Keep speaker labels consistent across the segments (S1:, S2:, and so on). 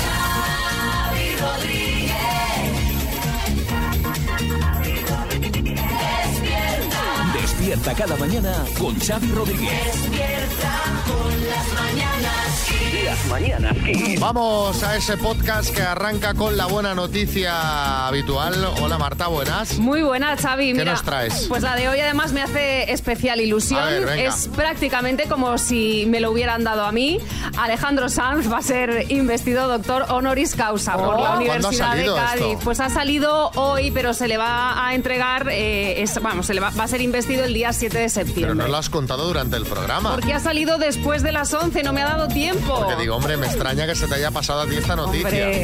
S1: Gaby Rodríguez. Despierta,
S2: Despierta cada mañana con Xavi Rodríguez.
S1: despierta con las mañanas. Kiss.
S3: Vamos a ese podcast que arranca con la buena noticia habitual. Hola Marta, buenas.
S4: Muy buena, Xavi.
S3: ¿Qué
S4: Mira,
S3: nos traes?
S4: Pues la de hoy además me hace especial ilusión.
S3: A ver, venga.
S4: es prácticamente como si me lo hubieran dado a mí. Alejandro Sanz va a ser investido doctor honoris causa por
S3: Oh.
S4: la
S3: ¿Cuándo ha
S4: Universidad de
S3: salido
S4: Cádiz.
S3: esto?
S4: Pues ha salido hoy, pero se le va a entregar, eh, es- vamos, se le va, va a ser investido el día 7 de
S3: Pero
S4: septiembre.
S3: no lo has contado durante el programa.
S4: Porque ha salido después de las 11, no me ha dado tiempo.
S3: Porque digo, hombre, me extraña que se te haya pasado a ti esta noticia.
S4: Hombre.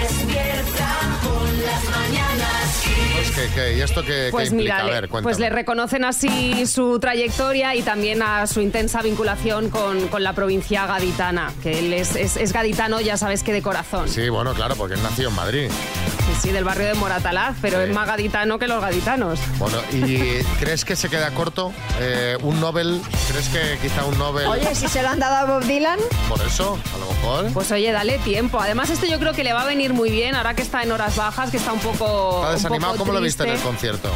S1: Despierta con las mañanas. Kiss.
S3: Pues que- que- ¿Y esto qué, qué
S4: Pues
S3: implica?
S4: mira,
S3: a
S4: le-
S3: ver, cuéntame.
S4: pues le reconocen así su trayectoria y también a su intensa vinculación con, con la provincia gaditana, que él es, es- es gaditano, ya sabes que de corazón, sí,
S3: Sí, bueno, claro, porque él nació en Madrid.
S4: sí, del barrio de Moratalaz, pero
S3: Sí.
S4: es más gaditano que los gaditanos.
S3: Bueno, ¿y crees que se queda corto eh, un Nobel? ¿Crees que quizá un Nobel
S5: Oye, si se lo han dado a Bob Dylan,
S3: por eso, a lo mejor?
S4: Pues oye, dale tiempo. Además, esto yo creo que le va a venir muy bien ahora que está en horas bajas, que está un poco.
S3: ¿Está
S4: un
S3: desanimado?
S4: poco
S3: ¿Cómo lo viste en el
S4: triste.
S3: concierto?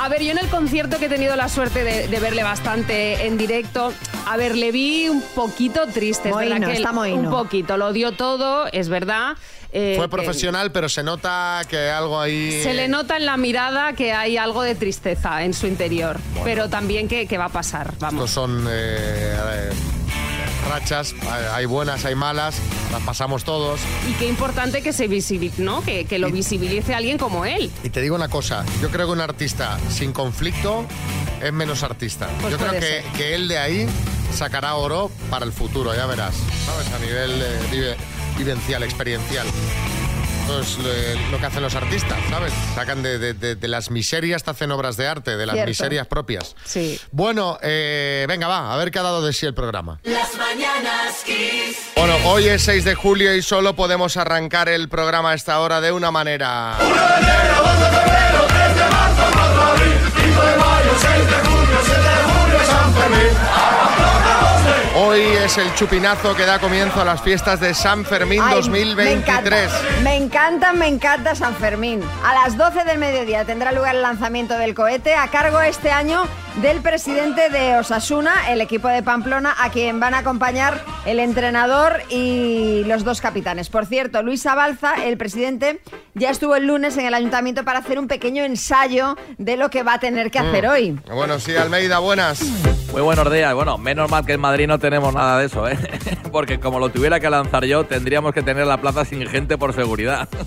S4: A ver, yo en el concierto que he tenido la suerte de, de verle bastante en directo, a ver, le vi un poquito triste. es
S5: Mohino,
S4: verdad que él-
S5: está mohino.
S4: Un poquito, lo dio todo, es verdad. eh,
S3: Fue
S4: que
S3: profesional, pero se nota que algo ahí...
S4: Se le nota en la mirada que hay algo de tristeza en su interior, pero también que, que va a pasar,
S3: Estos
S4: vamos.
S3: son eh, eh, rachas, hay buenas, hay malas, las pasamos todos.
S4: Y qué importante que se visibilice, ¿no? Que, que lo
S3: Y-
S4: visibilice alguien como él.
S3: Y te digo una cosa, yo creo que un artista sin conflicto es menos artista.
S4: Pues
S3: yo creo
S4: puede
S3: que, que él de ahí sacará oro para el futuro, ya verás, ¿sabes? A nivel eh, vive- vivencial, experiencial. Eso es lo- lo que hacen los artistas, ¿sabes? Sacan de, de- de- de las miserias, te hacen obras de arte, de las
S5: Cierto.
S3: miserias propias.
S4: Sí.
S3: Bueno, eh, venga, va, a ver qué ha dado de sí el programa.
S1: Las mañanas kiss.
S3: Bueno, hoy es 6 de julio y solo podemos arrancar el programa a esta hora de una manera. Hoy es el chupinazo que da comienzo a las fiestas de San Fermín
S5: ay,
S3: 2023.
S5: Me encanta, me encanta, me encanta San Fermín. A las 12 del mediodía tendrá lugar el lanzamiento del cohete a cargo este año del presidente de Osasuna, el equipo de Pamplona, a quien van a acompañar el entrenador y los dos capitanes. Por cierto, Luis Abalza, el presidente, ya estuvo el lunes en el ayuntamiento para hacer un pequeño ensayo de lo que va a tener que hacer hoy.
S3: Bueno, sí, Almeida, buenas.
S6: Muy buenos días. Bueno, menos mal que en Madrid no tenemos nada de eso, ¿eh? Porque como lo tuviera que lanzar yo, tendríamos que tener la plaza sin gente por seguridad.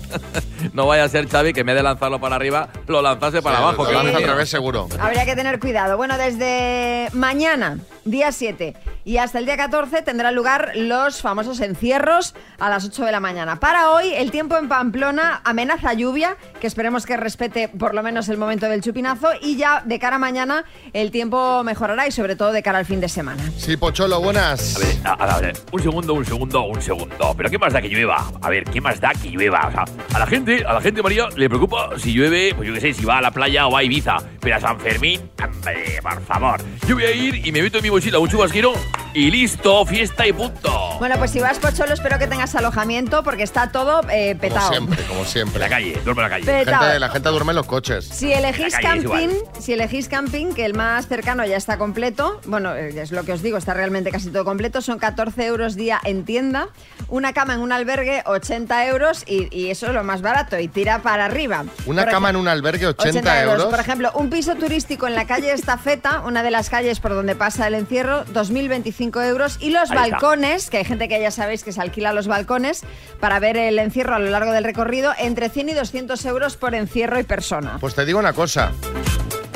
S6: No vaya a ser, Xavi, que en vez de lanzarlo para arriba, lo lanzase para
S3: Sí,
S6: abajo.
S3: lo
S6: que
S3: lanza
S6: lo
S3: otra
S6: tenía.
S3: vez seguro.
S5: Habría que tener cuidado. Bueno, desde mañana, día 7, y hasta el día 14 tendrán lugar los famosos encierros a las 8 de la mañana. Para hoy, el tiempo en Pamplona amenaza lluvia, que esperemos que respete por lo menos el momento del chupinazo, y ya de cara a mañana el tiempo mejorará y sobre todo de cara al fin de semana.
S3: Sí, Pocholo, buenas.
S7: A ver, a, a- a ver, un segundo, un segundo, un segundo. Pero ¿qué más da que llueva? A ver, ¿qué más da que llueva? O sea, a la gente, a la gente María, le preocupa si llueve, pues yo qué sé, si va a la playa o a Ibiza. Pero a San Fermín, hombre, por favor. Yo voy a ir y me meto en mi mochila un chubasquero y listo, fiesta y punto.
S5: Bueno, pues si vas, Pocholo, espero que tengas alojamiento porque está todo eh,
S3: Como
S5: petado.
S3: siempre, como
S7: En la
S3: siempre.
S7: calle, duermo en la calle.
S5: Petao.
S3: Gente- la gente duerme en los coches.
S5: Si elegís
S7: La calle es
S5: camping,
S7: igual.
S5: si elegís camping, que el más cercano ya está completo, bueno, eh, es lo que os digo, está realmente casi todo completo, son 14 euros día en tienda, una cama en un albergue, 80 euros, y, y eso es lo más barato, y tira para arriba.
S3: Una
S5: Por
S3: cama
S5: ej-
S3: en un albergue, 80, euros.
S5: Por ejemplo, un piso turístico en la calle Estafeta, una de las calles por donde pasa el encierro, 2.025 euros. Y los
S7: Ahí está.
S5: balcones, que hay gente que ya sabéis que se alquila los balcones para ver el encierro a lo largo del recorrido, entre 100 y 200 euros por encierro y persona.
S3: Pues te digo una cosa.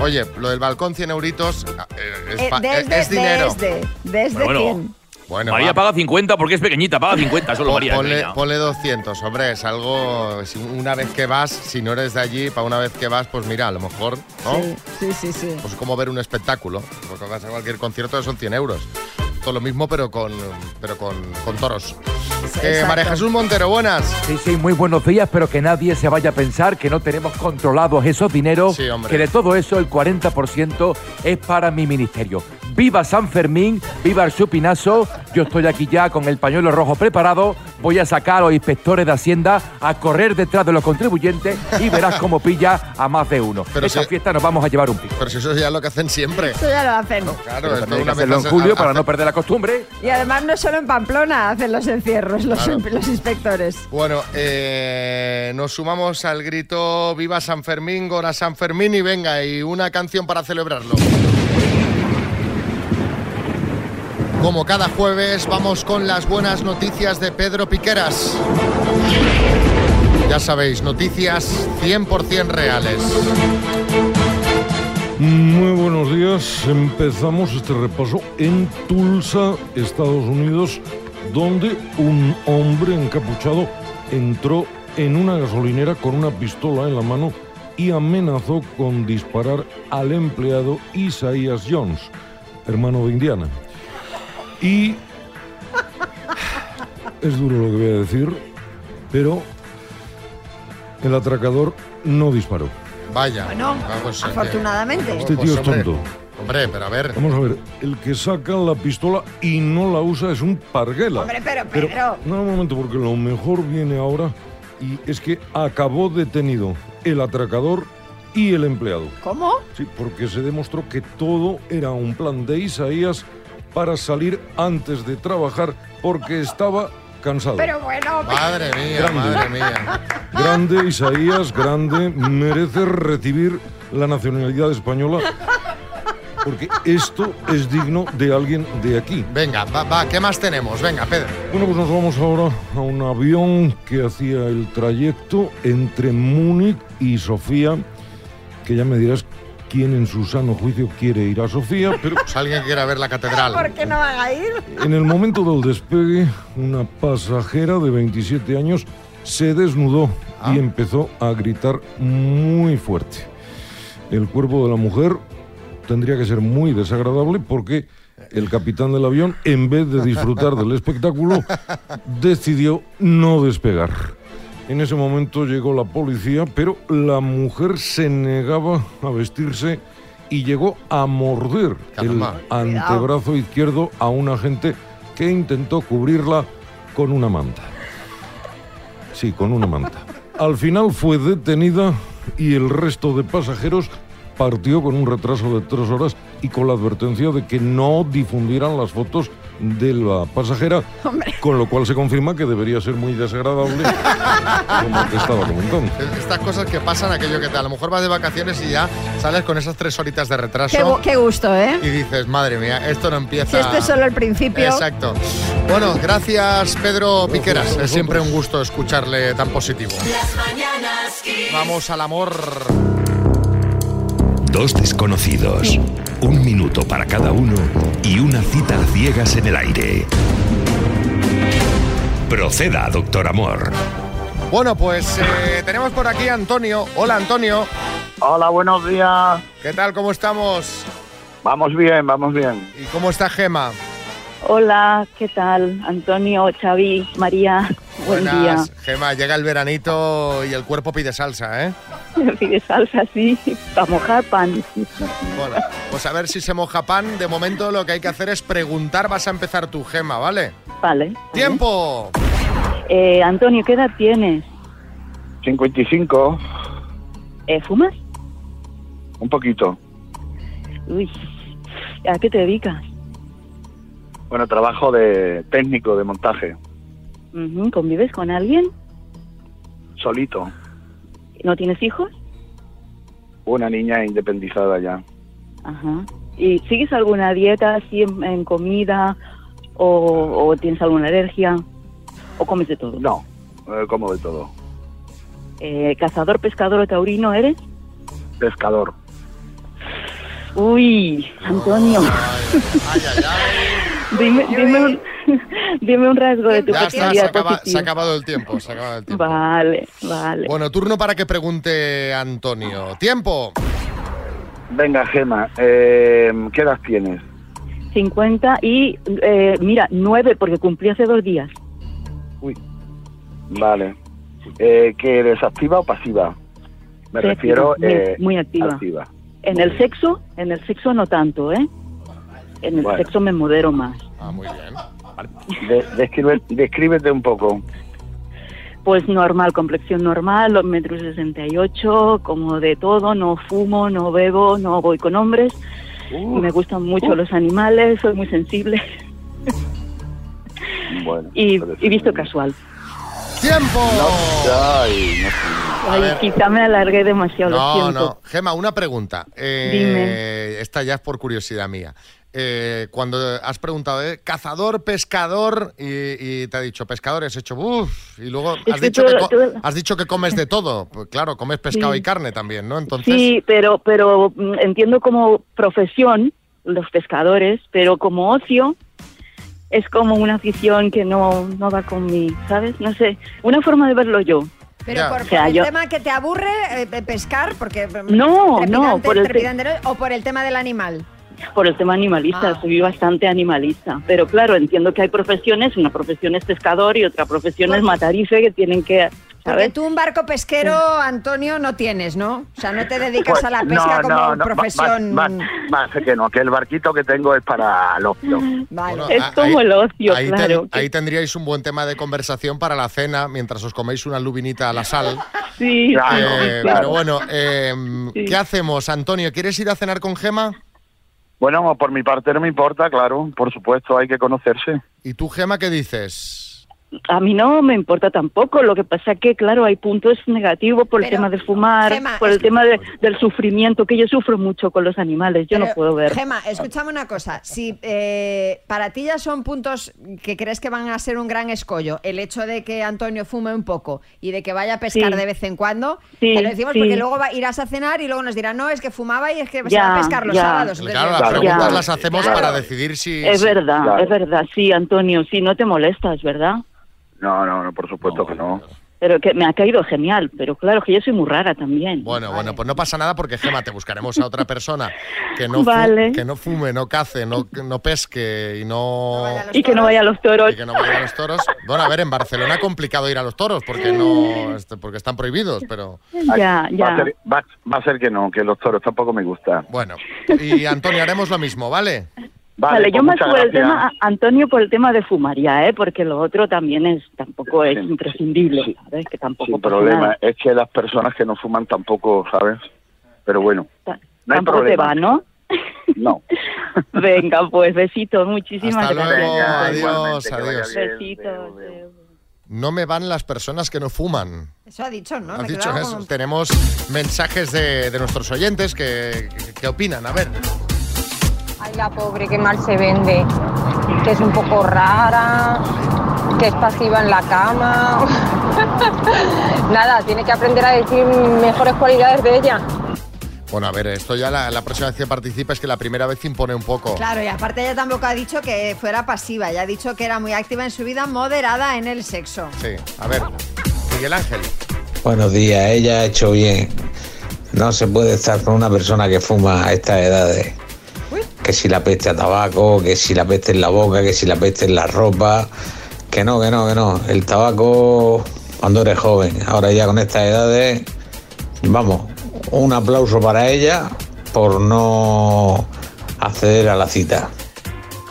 S3: Oye, lo del balcón 100 euritos eh, es,
S5: Eh,
S3: pa- eh,
S5: desde,
S3: es dinero.
S5: Desde, desde
S7: Bueno, bueno.
S5: 100.
S3: Bueno,
S7: María
S3: va,
S7: paga 50 porque es pequeñita, paga 50 solo
S3: pon-
S7: María.
S3: ponle,
S7: venga.
S3: ponle 200, hombre, es algo... si una vez que vas, si no eres de allí, para una vez que vas, pues mira, a lo mejor, ¿no?
S5: Sí, sí, sí, sí.
S3: Pues como ver un espectáculo. Porque vas a cualquier concierto son 100 euros. Todo lo mismo, pero con, pero con, con toros. Eh,
S5: exacto.
S3: María Jesús Montero, buenas.
S8: Sí, sí, muy buenos días, pero que nadie se vaya a pensar que no tenemos controlados esos dineros,
S3: Sí, hombre.
S8: que de todo eso el 40% es para mi ministerio. Viva San Fermín, viva el supinazo. Yo estoy aquí ya con el pañuelo rojo preparado. Voy a sacar a los inspectores de Hacienda a correr detrás de los contribuyentes y verás cómo pilla a más de uno.
S3: Pero
S8: Esa
S3: si-
S8: fiesta nos vamos a llevar un pico.
S3: Pero si eso ya es lo que hacen siempre.
S5: Eso ya lo hacen.
S3: Claro,
S8: Pero también
S3: esto
S8: hay que
S3: una vez
S8: hacerlo en
S3: hace-
S8: julio
S3: ha-
S8: para no
S3: hace-
S8: perder la costumbre.
S5: Y además no solo en Pamplona hacen los encierros los,
S3: Claro.
S5: los inspectores.
S3: Bueno, eh, nos sumamos al grito Viva San Fermín, Gora San Fermín y venga, y una canción para celebrarlo. Como cada jueves, vamos con las buenas noticias de Pedro Piqueras. Ya sabéis, noticias 100% reales.
S9: Muy buenos días. Empezamos este repaso en Tulsa, Estados Unidos, donde un hombre encapuchado entró en una gasolinera con una pistola en la mano y amenazó con disparar al empleado Isaías Jones, hermano de Indiana. Y es duro lo que voy a decir, pero el atracador no disparó.
S3: Vaya.
S5: Bueno,
S3: Ah, pues, eh, pues,
S5: afortunadamente.
S9: Este tío es
S3: hombre,
S9: tonto.
S3: Hombre, pero a ver.
S9: Vamos a ver, el que saca la pistola y no la usa es un parguela.
S5: Hombre, pero, pero.
S9: No, un momento, porque lo mejor viene ahora y es que acabó detenido el atracador y el empleado.
S5: ¿Cómo?
S9: Sí, porque se demostró que todo era un plan de Isaías para salir antes de trabajar porque estaba cansado.
S5: Pero bueno,
S3: Madre mía,
S9: Grande.
S3: madre mía.
S9: Grande Isaías, grande, merece recibir la nacionalidad española porque esto es digno de alguien de aquí.
S3: Venga, va, va, ¿qué más tenemos? Venga, Pedro.
S9: Bueno, pues nos vamos ahora a un avión que hacía el trayecto entre Múnich y Sofía, que ya me dirás quién en su sano juicio quiere ir a Sofía, pero
S3: Pues alguien que quiera ver la catedral.
S5: ¿por qué no van a ir?
S9: en el momento del despegue, una pasajera de 27 años se desnudó y empezó a gritar muy fuerte. El cuerpo de la mujer tendría que ser muy desagradable porque el capitán del avión, en vez de disfrutar del espectáculo, decidió no despegar. En ese momento llegó la policía, pero la mujer se negaba a vestirse y llegó a morder el
S3: Caramba.
S9: antebrazo izquierdo a un agente que intentó cubrirla con una manta. Sí, con una manta. Al final fue detenida y el resto de pasajeros partió con un retraso de tres horas y con la advertencia de que no difundieran las fotos de la pasajera, con lo cual se confirma que debería ser muy desagradable, como te estaba comentando.
S3: Estas cosas que pasan, aquello que te, a lo mejor vas de vacaciones y ya sales con esas tres horitas de
S5: Qué,
S3: retraso
S5: gu- qué gusto, ¿eh?
S3: y dices, madre mía, esto no empieza.
S5: Si esto es solo el principio.
S3: Exacto. Bueno, gracias Pedro Piqueras. Es siempre un gusto escucharle tan positivo.
S1: Las mañanas Kiss.
S3: Vamos al amor.
S2: Dos desconocidos, un minuto para cada uno y una cita a ciegas en el aire. Proceda, doctor amor.
S3: Bueno, pues eh, tenemos por aquí a Antonio. Hola Antonio.
S10: Hola, buenos días.
S3: ¿Qué tal? ¿Cómo estamos?
S10: Vamos bien, vamos bien.
S3: ¿Y cómo está Gema?
S11: Hola, ¿qué tal? Antonio, Xavi, María, buen
S3: Buenas. Gema, llega el veranito y el cuerpo pide salsa, ¿eh?
S11: día. Pide salsa, sí, para mojar pan.
S3: Bueno, pues a ver si se moja pan. De momento lo que hay que hacer es preguntar. Vas a empezar tu gema, ¿vale?
S11: Vale.
S3: ¡Tiempo!
S11: Eh, Antonio, ¿qué edad tienes?
S10: 55,
S11: Eh, ¿Fumas?
S10: un poquito.
S11: Uy, ¿a qué te dedicas?
S10: Bueno, trabajo de técnico de montaje,
S11: Ujú, ¿Convives con alguien?
S10: solito.
S11: ¿No tienes hijos?
S10: Una niña independizada ya.
S11: Ajá. ¿Y sigues alguna dieta así en, en comida? O, o tienes alguna alergia? ¿O comes de todo?
S10: No, eh, como de todo.
S11: Eh, ¿Cazador, pescador o taurino eres?
S10: Pescador.
S11: Uy, Antonio,
S3: Ay, ay, ay.
S11: dime, dime, un, dime un rasgo de tu
S3: Ya está, se,
S11: personalidad
S3: acaba- se ha
S11: positiva.
S3: acabado el tiempo. Se ha acabado el tiempo.
S11: Vale, vale.
S3: Bueno, turno para que pregunte Antonio. ¡Tiempo!
S10: Venga, Gema, eh, ¿qué edad tienes?
S11: 50 y, eh, mira, 9 porque cumplí hace dos días.
S10: Vale. Eh, ¿Que eres activa o pasiva? Me
S11: Soy
S10: refiero eh,
S11: activa, muy- muy activa.
S10: activa.
S11: En el sexo, en el sexo no tanto, ¿eh? En el
S10: Bueno.
S11: sexo me modero más.
S3: Ah, muy bien.
S10: De- describe- descríbete un poco.
S11: Pues normal, complexión normal, los metros 68, como de todo, no fumo, no bebo, no voy con hombres. me gustan mucho
S10: uh.
S11: los animales, soy muy sensible
S10: Bueno.
S11: y, y visto casual.
S3: ¡Tiempo!
S10: Ay, no.
S11: Ay,
S3: ver.
S11: quizá me alargué demasiado, lo
S3: No,
S11: siento.
S3: no. Gema, una pregunta. Eh, Esta ya es por curiosidad mía. Eh, cuando has preguntado, ¿eh? cazador, pescador, y, y te ha dicho pescador, has hecho uff, y luego
S11: Es
S3: has
S11: que
S3: dicho, que
S11: todo-
S3: co-
S11: todo-
S3: has dicho que comes de todo. Pues claro, comes pescado
S11: Sí.
S3: y carne también, ¿no? Entonces,
S11: Sí, pero, pero mm, entiendo como profesión los pescadores, pero como ocio es como una afición que no, no va con mí, ¿sabes? No sé, una forma de verlo yo.
S5: Pero
S11: Ya.
S5: por,
S11: O sea,
S5: por el
S11: yo-
S5: tema que te aburre eh, pe- pescar, porque... eh,
S11: No, no, por el te-
S5: trepidante, O por el tema del animal.
S11: Por el tema animalista,
S5: Ah.
S11: soy bastante animalista, pero claro, entiendo que hay profesiones, una profesión es pescador y otra profesión es matarife que tienen que,
S5: Porque
S11: ¿sabes?
S5: tú un barco pesquero, Antonio, no tienes, ¿no? O sea, no te dedicas
S10: Pues,
S5: a la pesca
S10: no,
S5: como
S10: no, no, va- va-
S5: profesión.
S10: va- va a ser que no, que el barquito que tengo es para los
S5: Vale.
S3: bueno,
S11: Es
S3: a-
S11: como el ocio,
S3: ahí
S11: claro.
S3: ten- ahí tendríais un buen tema de conversación para la cena mientras os coméis una lubinita a la sal.
S11: Sí,
S10: Claro,
S3: Eh,
S10: claro.
S3: Pero bueno, em,
S11: Sí.
S3: ¿qué hacemos, Antonio? ¿Quieres ir a cenar con Gema?
S10: Bueno, por mi parte no me importa, claro, por supuesto, hay que conocerse.
S3: ¿Y tú, Gema, qué dices?
S11: a mí no me importa tampoco, lo que pasa que, claro, hay puntos negativos por el
S5: Pero,
S11: tema de fumar,
S5: Gemma,
S11: por el
S5: es-
S11: tema de- del sufrimiento, que yo sufro mucho con los animales, yo no
S5: Pero,
S11: puedo ver.
S5: Gema, escúchame una cosa. Si eh, para ti ya son puntos que crees que van a ser un gran escollo, el hecho de que Antonio fume un poco y de que vaya a pescar
S11: Sí.
S5: de vez en cuando,
S11: Sí,
S5: te lo decimos
S11: sí.
S5: porque luego va- irás a cenar y luego nos dirán, no, es que fumaba y es que se
S11: Ya,
S5: va a pescar los
S11: ya.
S5: sábados. Entonces,
S3: Claro, las
S10: Ya.
S3: preguntas
S11: Ya.
S3: las hacemos
S10: Claro.
S3: para decidir si...
S11: es
S3: si-
S11: verdad,
S10: claro.
S11: es verdad, sí, Antonio, sí, no te molestas, ¿verdad?
S10: No, no, no, por supuesto que no.
S11: Pero que me ha caído genial, pero claro que yo soy muy rara también.
S3: Bueno,
S5: Vale.
S3: bueno, pues no pasa nada porque, Gema, te buscaremos a otra persona que no, fu-
S11: Vale.
S3: que no fume, no cace, no, no pesque y
S5: No
S3: no...
S5: vaya a los
S11: y que no vaya a los toros.
S3: y que no vaya a los toros. Bueno, a ver, en Barcelona es complicado ir a los toros porque no este, porque están prohibidos, pero
S11: Ya,
S10: Va a,
S11: ya.
S10: ser, va- va a ser que no, que los toros tampoco me gustan.
S3: bueno. Y Antonio, haremos lo mismo, ¿vale?
S11: Vale,
S10: Vale,
S11: yo
S10: pues
S11: más
S10: muchas
S11: por el
S10: gracias.
S11: tema, Antonio, por el tema de fumar ya, ¿eh? Porque lo otro también es, tampoco es
S10: Sí, sí,
S11: imprescindible, ¿sabes? Que tampoco
S10: Sin
S11: pasa
S10: problema,
S11: nada.
S10: es que las personas que no fuman tampoco, ¿sabes? Pero bueno,
S11: Ta-
S10: No hay
S11: tampoco
S10: problema.
S11: te va, ¿no?
S10: no.
S11: Venga, pues besitos, muchísimas
S3: Hasta
S11: gracias.
S3: luego,
S10: Venga,
S3: adiós,
S10: igualmente, que vaya
S3: adiós.
S10: bien,
S11: Besitos.
S10: adiós, adiós.
S3: No me van las personas que no fuman.
S5: Eso ha dicho, ¿no?
S3: Has
S5: Ah, Me he
S3: dicho
S5: quedado
S3: eso.
S5: con-
S3: Tenemos mensajes de, de nuestros oyentes que, que- que opinan. A ver,
S12: Ay, la pobre, que mal se vende. Que es un poco rara, que es pasiva en la cama. Nada, tiene que aprender a decir mejores cualidades de ella.
S3: bueno, a ver, esto ya la, la próxima vez que participa es que la primera vez impone un poco.
S5: Claro, y aparte ella tampoco ha dicho que fuera pasiva, ella ha dicho que era muy activa en su vida, moderada en el sexo.
S3: Sí, a ver, Miguel Ángel.
S13: Buenos días, ella ha hecho bien. No se puede estar con una persona que fuma a estas edades. Que si la peste a tabaco, que si la peste en la boca, que si la peste en la ropa. Que no, que no, que no. El tabaco cuando eres joven. Ahora ya con estas edades, vamos, un aplauso para ella por no acceder a la cita.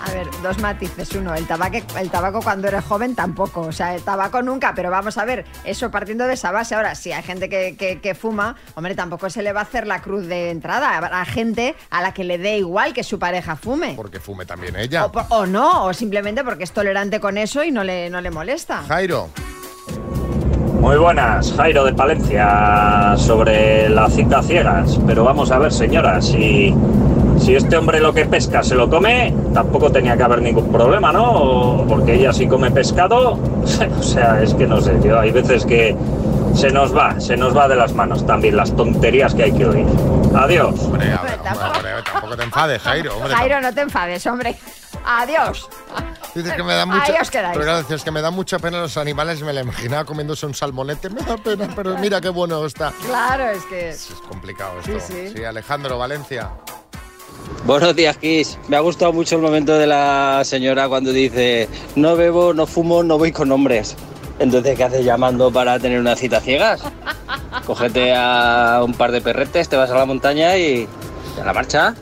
S5: A ver, dos matices. Uno, el tabaco, el tabaco cuando eres joven tampoco. O sea, el tabaco nunca, pero vamos a ver, eso partiendo de esa base. Ahora, si hay gente que, que- que fuma, hombre, tampoco se le va a hacer la cruz de entrada. Habrá gente a la que le dé igual que su pareja fume.
S3: Porque fume también ella.
S5: O, por- o no, o simplemente porque es tolerante con eso y no le, no le molesta.
S3: Jairo,
S14: Muy buenas, Jairo de Palencia, sobre la cita ciegas. Pero vamos a ver, señora, si, si este hombre lo que pesca se lo come, tampoco tenía que haber ningún problema, ¿no? O- Porque ella sí come pescado. O sea, es que no sé, yo hay veces que se nos va, se nos va de las manos también las tonterías que hay que oír. Adiós.
S3: hombre, a ver,
S5: Pues
S3: hombre, hombre, tampoco te enfades, Jairo. Hombre,
S5: Jairo, no te enfades, hombre. Adiós.
S3: Dices que me da mucha,
S5: Ahí os quedáis.
S3: pero claro, dices que me da mucha pena los animales, me la imaginaba comiéndose un salmonete, me da pena, pero mira qué bueno está.
S5: Claro, es que.
S3: Es complicado esto.
S5: Sí, sí.
S3: Alejandro, Valencia.
S15: Buenos días, Kiss. Me ha gustado mucho el momento de la señora cuando dice, no bebo, no fumo, no voy con hombres. Entonces, ¿qué haces llamando para tener una cita ciegas? Cógete a un par de perretes, te vas a la montaña y... y a la marcha?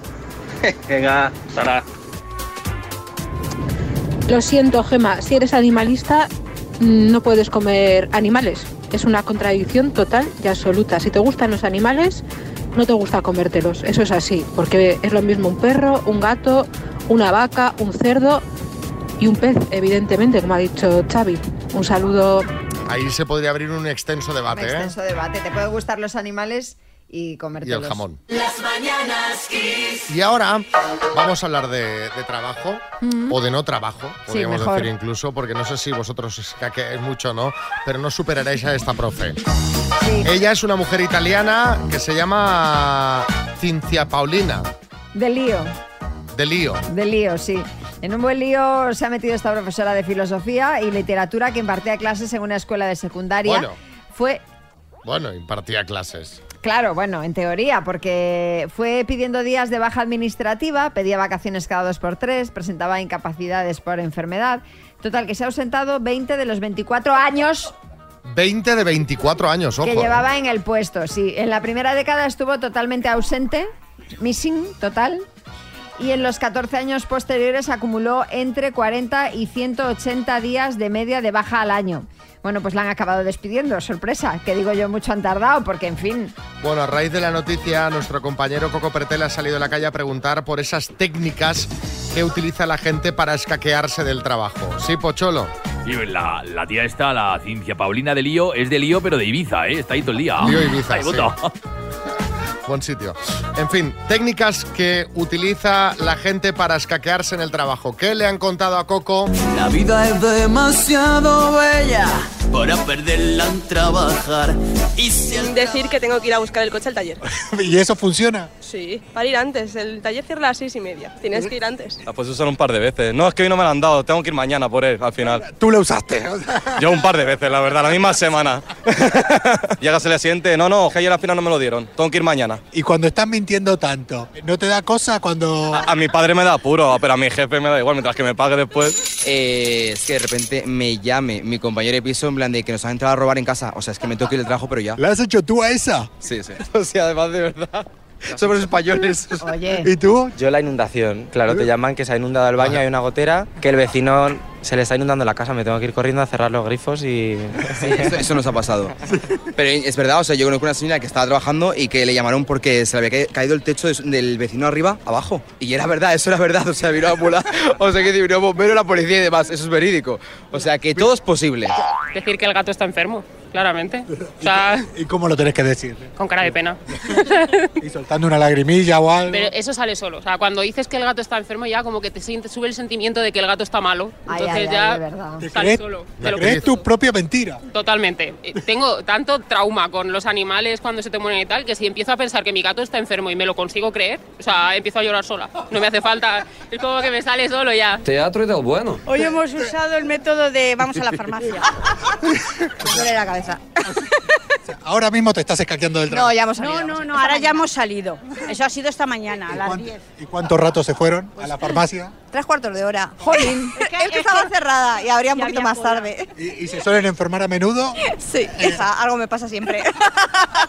S15: Venga, hasta ahora.
S16: Lo siento, Gema, si eres animalista mm, no puedes comer animales. Es una contradicción total y absoluta. Si te gustan los animales, no te gusta comértelos. Eso es así, porque es lo mismo un perro, un gato, una vaca, un cerdo y un pez, evidentemente, como ha dicho Xavi. Un saludo.
S3: Ahí se podría abrir un extenso
S5: Un
S3: debate, ¿eh?
S5: extenso debate. Te pueden gustar los animales y comértelos.
S3: jamón.
S1: Las mañanas Kiss.
S3: Y ahora vamos a hablar de, de trabajo
S1: Mm.
S3: o de no trabajo,
S1: Sí,
S3: podríamos
S1: mejor.
S3: decir incluso, porque no sé si vosotros es que- que es mucho o no, pero no superaréis a esta profe. Ella es una mujer italiana que se llama Cinzia Paulina,
S5: De lío,
S3: de lío.
S5: de lío, sí. En un buen lío se ha metido esta profesora de filosofía y literatura que impartía clases en una escuela de secundaria.
S3: Bueno.
S5: Fue
S3: Bueno, impartía clases.
S5: Claro, bueno, en teoría, porque fue pidiendo días de baja administrativa, pedía vacaciones cada dos por tres, presentaba incapacidades por enfermedad. Total, que se ha ausentado 20 de los 24 años
S3: 20 de 24 años, ojo.
S5: que
S3: ¿eh?
S5: llevaba en el puesto. Sí, en la primera década estuvo totalmente ausente, missing, total. Y en los 14 años posteriores acumuló entre 40 y 180 días de media de baja al año. Bueno, pues la han acabado despidiendo, sorpresa, que digo yo mucho han tardado, porque en fin,
S3: Bueno, a raíz de la noticia, nuestro compañero Coco Pretel ha salido a la calle a preguntar por esas técnicas que utiliza la gente para escaquearse del trabajo. Sí, Pocholo.
S7: Y la, la tía esta, la Cincia Paulina de Lío, es de Lío, pero de Ibiza, ¿eh? Está ahí todo el día.
S3: Lío Ibiza,
S7: Ay,
S3: sí.
S7: puto.
S3: Buen sitio. En fin, técnicas que utiliza la gente para escaquearse en el trabajo. ¿Qué le han contado a Coco?
S17: La vida es demasiado bella para perderla en trabajar. Y
S18: Decir que tengo que ir a buscar el coche al taller.
S19: ¿Y eso funciona?
S18: Sí, para ir antes. El taller cierra a las seis y media. Tienes que ir antes.
S20: La puedes Ah, pues usar un par de veces. No, es que hoy no me la han dado, tengo que ir mañana por él al final.
S19: Tú lo usaste.
S20: Yo un par de veces, la verdad, la misma semana. Llegas el día siguiente, no, no, que ayer al final no me lo dieron, tengo que ir mañana.
S19: Y cuando estás mintiendo tanto, ¿no te da cosa cuando...?
S20: A mi padre me da apuro, pero a mi jefe me da igual, mientras que me pague después.
S21: Eh, es que de repente me llame mi compañero de piso en plan de que nos han entrado a robar en casa. O sea, es que me tengo que ir al trabajo, pero ya.
S19: ¿La has hecho tú a esa?
S21: Sí, sí.
S19: O sea, además de verdad. Sobre los españoles.
S5: Oye.
S19: ¿Y tú?
S21: Yo la inundación. Claro, te llaman que se ha inundado el baño, hay una gotera, que el vecino se le está inundando la casa, me tengo que ir corriendo a cerrar los grifos y... Eso, eso nos ha pasado. Pero es verdad, o sea, yo conozco una señora que estaba trabajando y que le llamaron porque se le había ca- caído el techo de su- del vecino arriba, abajo. Y era verdad, eso era verdad. O sea, vino la ambulancia, o sea, que vino bombero, la policía y demás. Eso es verídico. O sea, que todo es posible.
S18: Decir que el gato está enfermo, claramente. O sea,
S19: ¿Y cómo lo tenés que decir?
S18: con cara de pena.
S19: ¿Y soltando una lagrimilla o algo?
S18: Pero eso sale solo. O sea, cuando dices que el gato está enfermo, ya como que te siente- sube el sentimiento de que el gato está malo.
S5: Ay,
S18: Entonces
S5: ay, ay,
S18: ya
S5: de verdad.
S18: sale
S19: ¿Crees,
S18: solo.
S19: te
S18: Te lo
S19: crees
S18: crees
S19: tu propia mentira?
S18: Totalmente. Eh, Tengo tanto trauma con los animales cuando se te mueren y tal que si empiezo a pensar que mi gato está enfermo y me lo consigo creer, o sea, empiezo a llorar sola. No me hace falta. Es como que me sale solo ya.
S22: Teatro y del bueno.
S23: Hoy hemos usado el método de vamos a la farmacia.
S5: duele la cabeza.
S19: Ahora mismo te estás escaqueando del trabajo.
S23: No, ya hemos salido. No, no, no, ahora ya hemos salido. Eso ha sido esta mañana, a las 10.
S19: ¿Y cuántos ratos se fueron a la farmacia?
S23: Tres cuartos de hora. Jolín. Empezaba cerrada y abría un poquito más tarde.
S19: ¿Y, y se suelen enfermar a menudo?
S23: Sí, hija, algo me pasa siempre.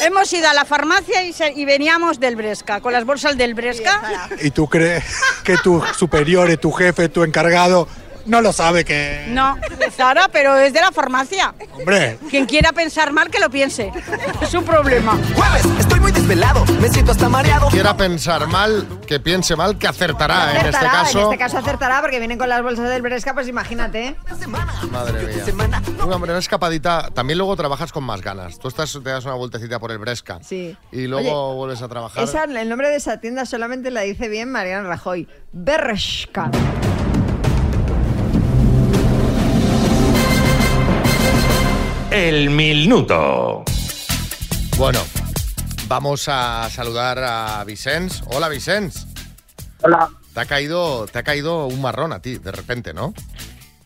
S23: hemos ido a la farmacia y, se- y veníamos del Bresca, con las bolsas del Bresca.
S19: ¿Y tú crees que tus superiores, tu jefe, tu encargado, no lo sabe que...
S23: No, Zara, pero es de la farmacia.
S19: Hombre,
S23: Quien quiera pensar mal, que lo piense. Es un problema.
S3: Estoy muy desvelado, me siento hasta mareado. Quiera pensar mal, que piense mal, que acertará, en este
S5: Acertará,
S3: caso.
S5: en este caso acertará porque vienen con las bolsas del Bresca, pues imagínate. ¿eh?
S3: Madre mía. Una, una escapadita, también luego trabajas con más ganas. Tú estás, te das una vueltecita por el Bresca.
S5: Sí.
S3: Y luego vuelves a trabajar.
S5: Esa- el nombre de esa tienda solamente la dice bien Mariano Rajoy. Bershka.
S2: El minuto.
S3: Bueno, vamos a saludar a Vicens. Hola, Vicens.
S24: Hola.
S3: Te ha caído, te ha caído un marrón a ti, de repente, ¿no?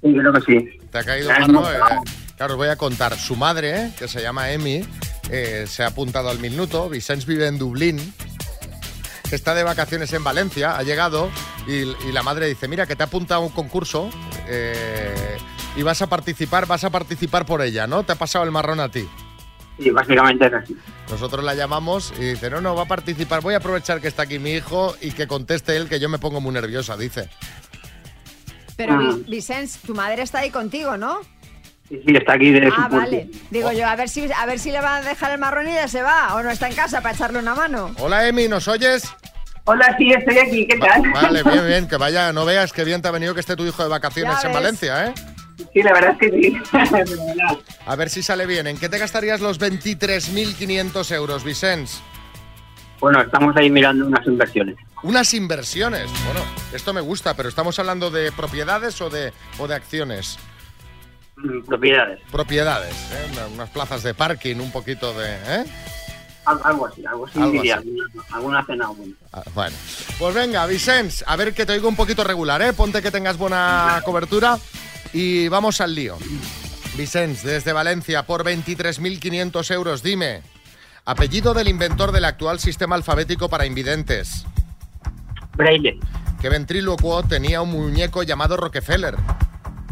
S24: Sí, creo que sí.
S3: Te ha caído
S24: Ah,
S3: un marrón.
S24: no.
S3: eh, Claro, os voy a contar. Su madre, eh, que se llama Emi, eh, se ha apuntado al minuto. Vicens vive en Dublín. Está de vacaciones en Valencia, ha llegado y, y la madre dice, mira, que te ha apuntado a un concurso eh, y vas a participar, vas a participar por ella, ¿no? Te ha pasado el marrón a ti.
S24: Sí, básicamente es así.
S3: Nosotros la llamamos y dice, no, no, va a participar, voy a aprovechar que está aquí mi hijo y que conteste él, que yo me pongo muy nerviosa, dice.
S5: Pero
S24: Ah.
S5: Vi- Vicenç, tu madre está ahí contigo, ¿no?
S24: Sí, sí, está aquí de
S5: ah,
S24: soporte.
S5: vale. Digo yo, a ver si a ver si le van a dejar el marrón y ya se va. O no está en casa para echarle una mano.
S3: Hola, Emi, ¿nos oyes?
S24: Hola, sí, estoy aquí, ¿qué
S3: Va-
S24: tal?
S3: vale, bien, bien, que vaya, no veas que bien te ha venido que esté tu hijo de vacaciones
S24: Ya
S3: en
S24: ves.
S3: Valencia, ¿eh?
S24: Sí, la verdad es que sí. Fenomenal.
S3: A ver si sale bien. ¿En qué te gastarías los 23.500 euros, Vicenç?
S24: bueno, estamos ahí mirando unas inversiones.
S3: Unas inversiones. Bueno, esto me gusta, pero ¿estamos hablando de propiedades o de, o de acciones?
S24: Mm, Propiedades.
S3: Propiedades, ¿eh? Una- unas plazas de parking, un poquito de... ¿eh?
S24: Al- Algo así, algo así.
S3: Algo
S24: diría,
S3: así.
S24: alguna- Alguna cena buena.
S3: Ah, Bueno, pues venga, Vicenç, a ver que te oigo un poquito regular, ¿eh? Ponte que tengas buena cobertura y vamos al lío. Vicenç, desde Valencia, por 23.500 euros, dime, apellido del inventor del actual sistema alfabético para invidentes.
S24: Braille,
S3: ¿Qué ventrílocuo tenía un muñeco llamado Rockefeller?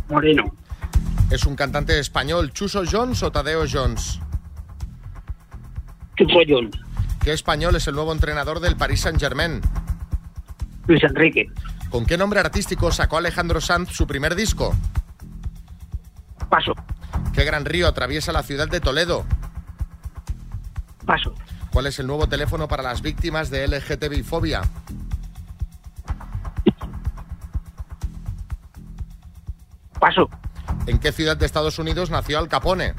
S24: Moreno,
S3: ¿Es un cantante español Chuso Jones o Tadeo Jones?
S24: Chupo Jones,
S3: ¿Qué español es el nuevo entrenador del Paris Saint-Germain?
S24: Luis Enrique,
S3: ¿Con qué nombre artístico sacó Alejandro Sanz su primer disco?
S24: Paso.
S3: ¿Qué gran río atraviesa la ciudad de Toledo?
S24: Paso.
S3: ¿Cuál es el nuevo teléfono para las víctimas de LGTBI-fobia?
S24: Paso.
S3: ¿En qué ciudad de Estados Unidos nació Al Capone?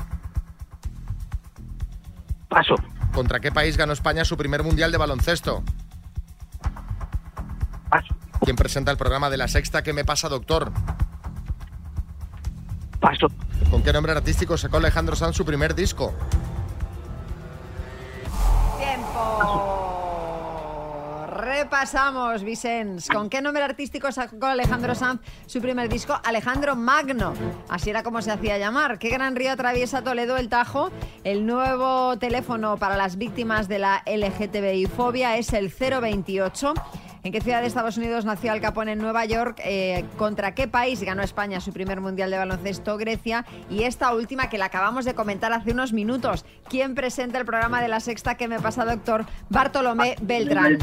S24: Paso.
S3: ¿Contra qué país ganó España su primer mundial de baloncesto?
S24: Paso.
S3: ¿Quién presenta el programa de la sexta ¿Qué me pasa, doctor?
S24: Paso.
S3: ¿Con qué nombre artístico sacó Alejandro Sanz su primer disco?
S5: Tiempo. Repasamos, Vicenç. ¿Con qué nombre artístico sacó Alejandro Sanz su primer disco? Alejandro Magno. Así era como se hacía llamar. ¿Qué gran río atraviesa Toledo el Tajo? El nuevo teléfono para las víctimas de la LGTBI-fobia es el 028. ¿En qué ciudad de Estados Unidos nació Al Capone en Nueva York? Eh, ¿Contra qué país ganó España su primer mundial de baloncesto? Grecia. Y esta última que la acabamos de comentar hace unos minutos. ¿Quién presenta el programa de la sexta que me pasa, doctor? Bartolomé Beltrán.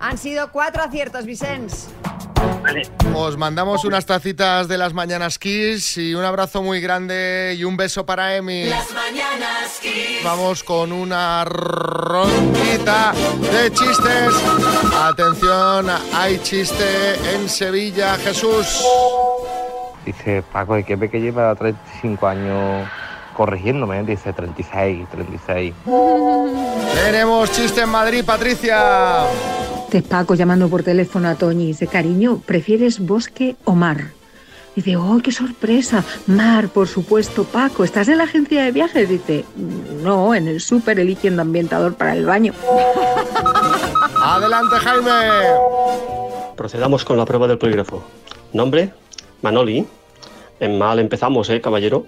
S5: Han sido cuatro aciertos, Vicens.
S3: Os mandamos unas tacitas de las mañanas Kiss y un abrazo muy grande y un beso para Emi.
S1: Las mañanas Kiss.
S3: Vamos con una rondita de chistes. Atención, hay chiste en Sevilla, Jesús.
S4: Dice, Paco, ¿y qué ve que lleva 35 años corrigiéndome? Dice, 36, 36.
S3: Tenemos chiste en Madrid, Patricia.
S6: Te Paco llamando por teléfono a Toñi y dice, cariño, ¿prefieres bosque o mar? Dice, oh, qué sorpresa, mar, por supuesto, Paco, ¿estás en la agencia de viajes? Dice, no, en el súper eligiendo ambientador para el baño.
S3: Adelante, Jaime.
S8: Procedamos con la prueba del polígrafo. Nombre, Manoli. En mal empezamos, ¿eh, caballero?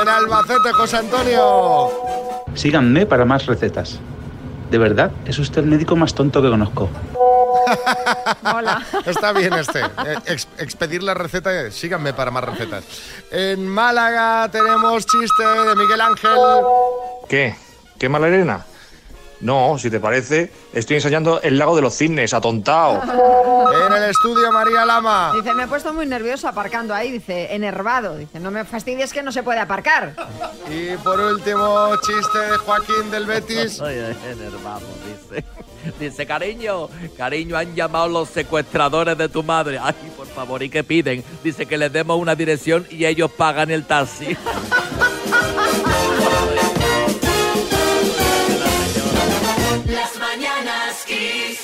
S3: En Albacete, José Antonio.
S22: Síganme para más recetas. De verdad, es usted el médico más tonto que conozco.
S5: Hola.
S3: Está bien este. Eh, ex- expedir la receta, eh, síganme para más recetas. En Málaga tenemos chiste de Miguel Ángel.
S25: ¿Qué? ¿Qué mala arena? No, si te parece, estoy ensayando el lago de los cisnes, atontao.
S3: En el estudio, María Lama.
S5: Dice, me he puesto muy nervioso aparcando ahí, dice, enervado. Dice, no me fastidies que no se puede aparcar.
S3: Y por último, chiste de Joaquín del Betis.
S26: dice. Dice, cariño, cariño, han llamado los secuestradores de tu madre. Ay, por favor, ¿y qué piden? Dice que les demos una dirección y ellos pagan el taxi.
S1: Las mañanas Kiss.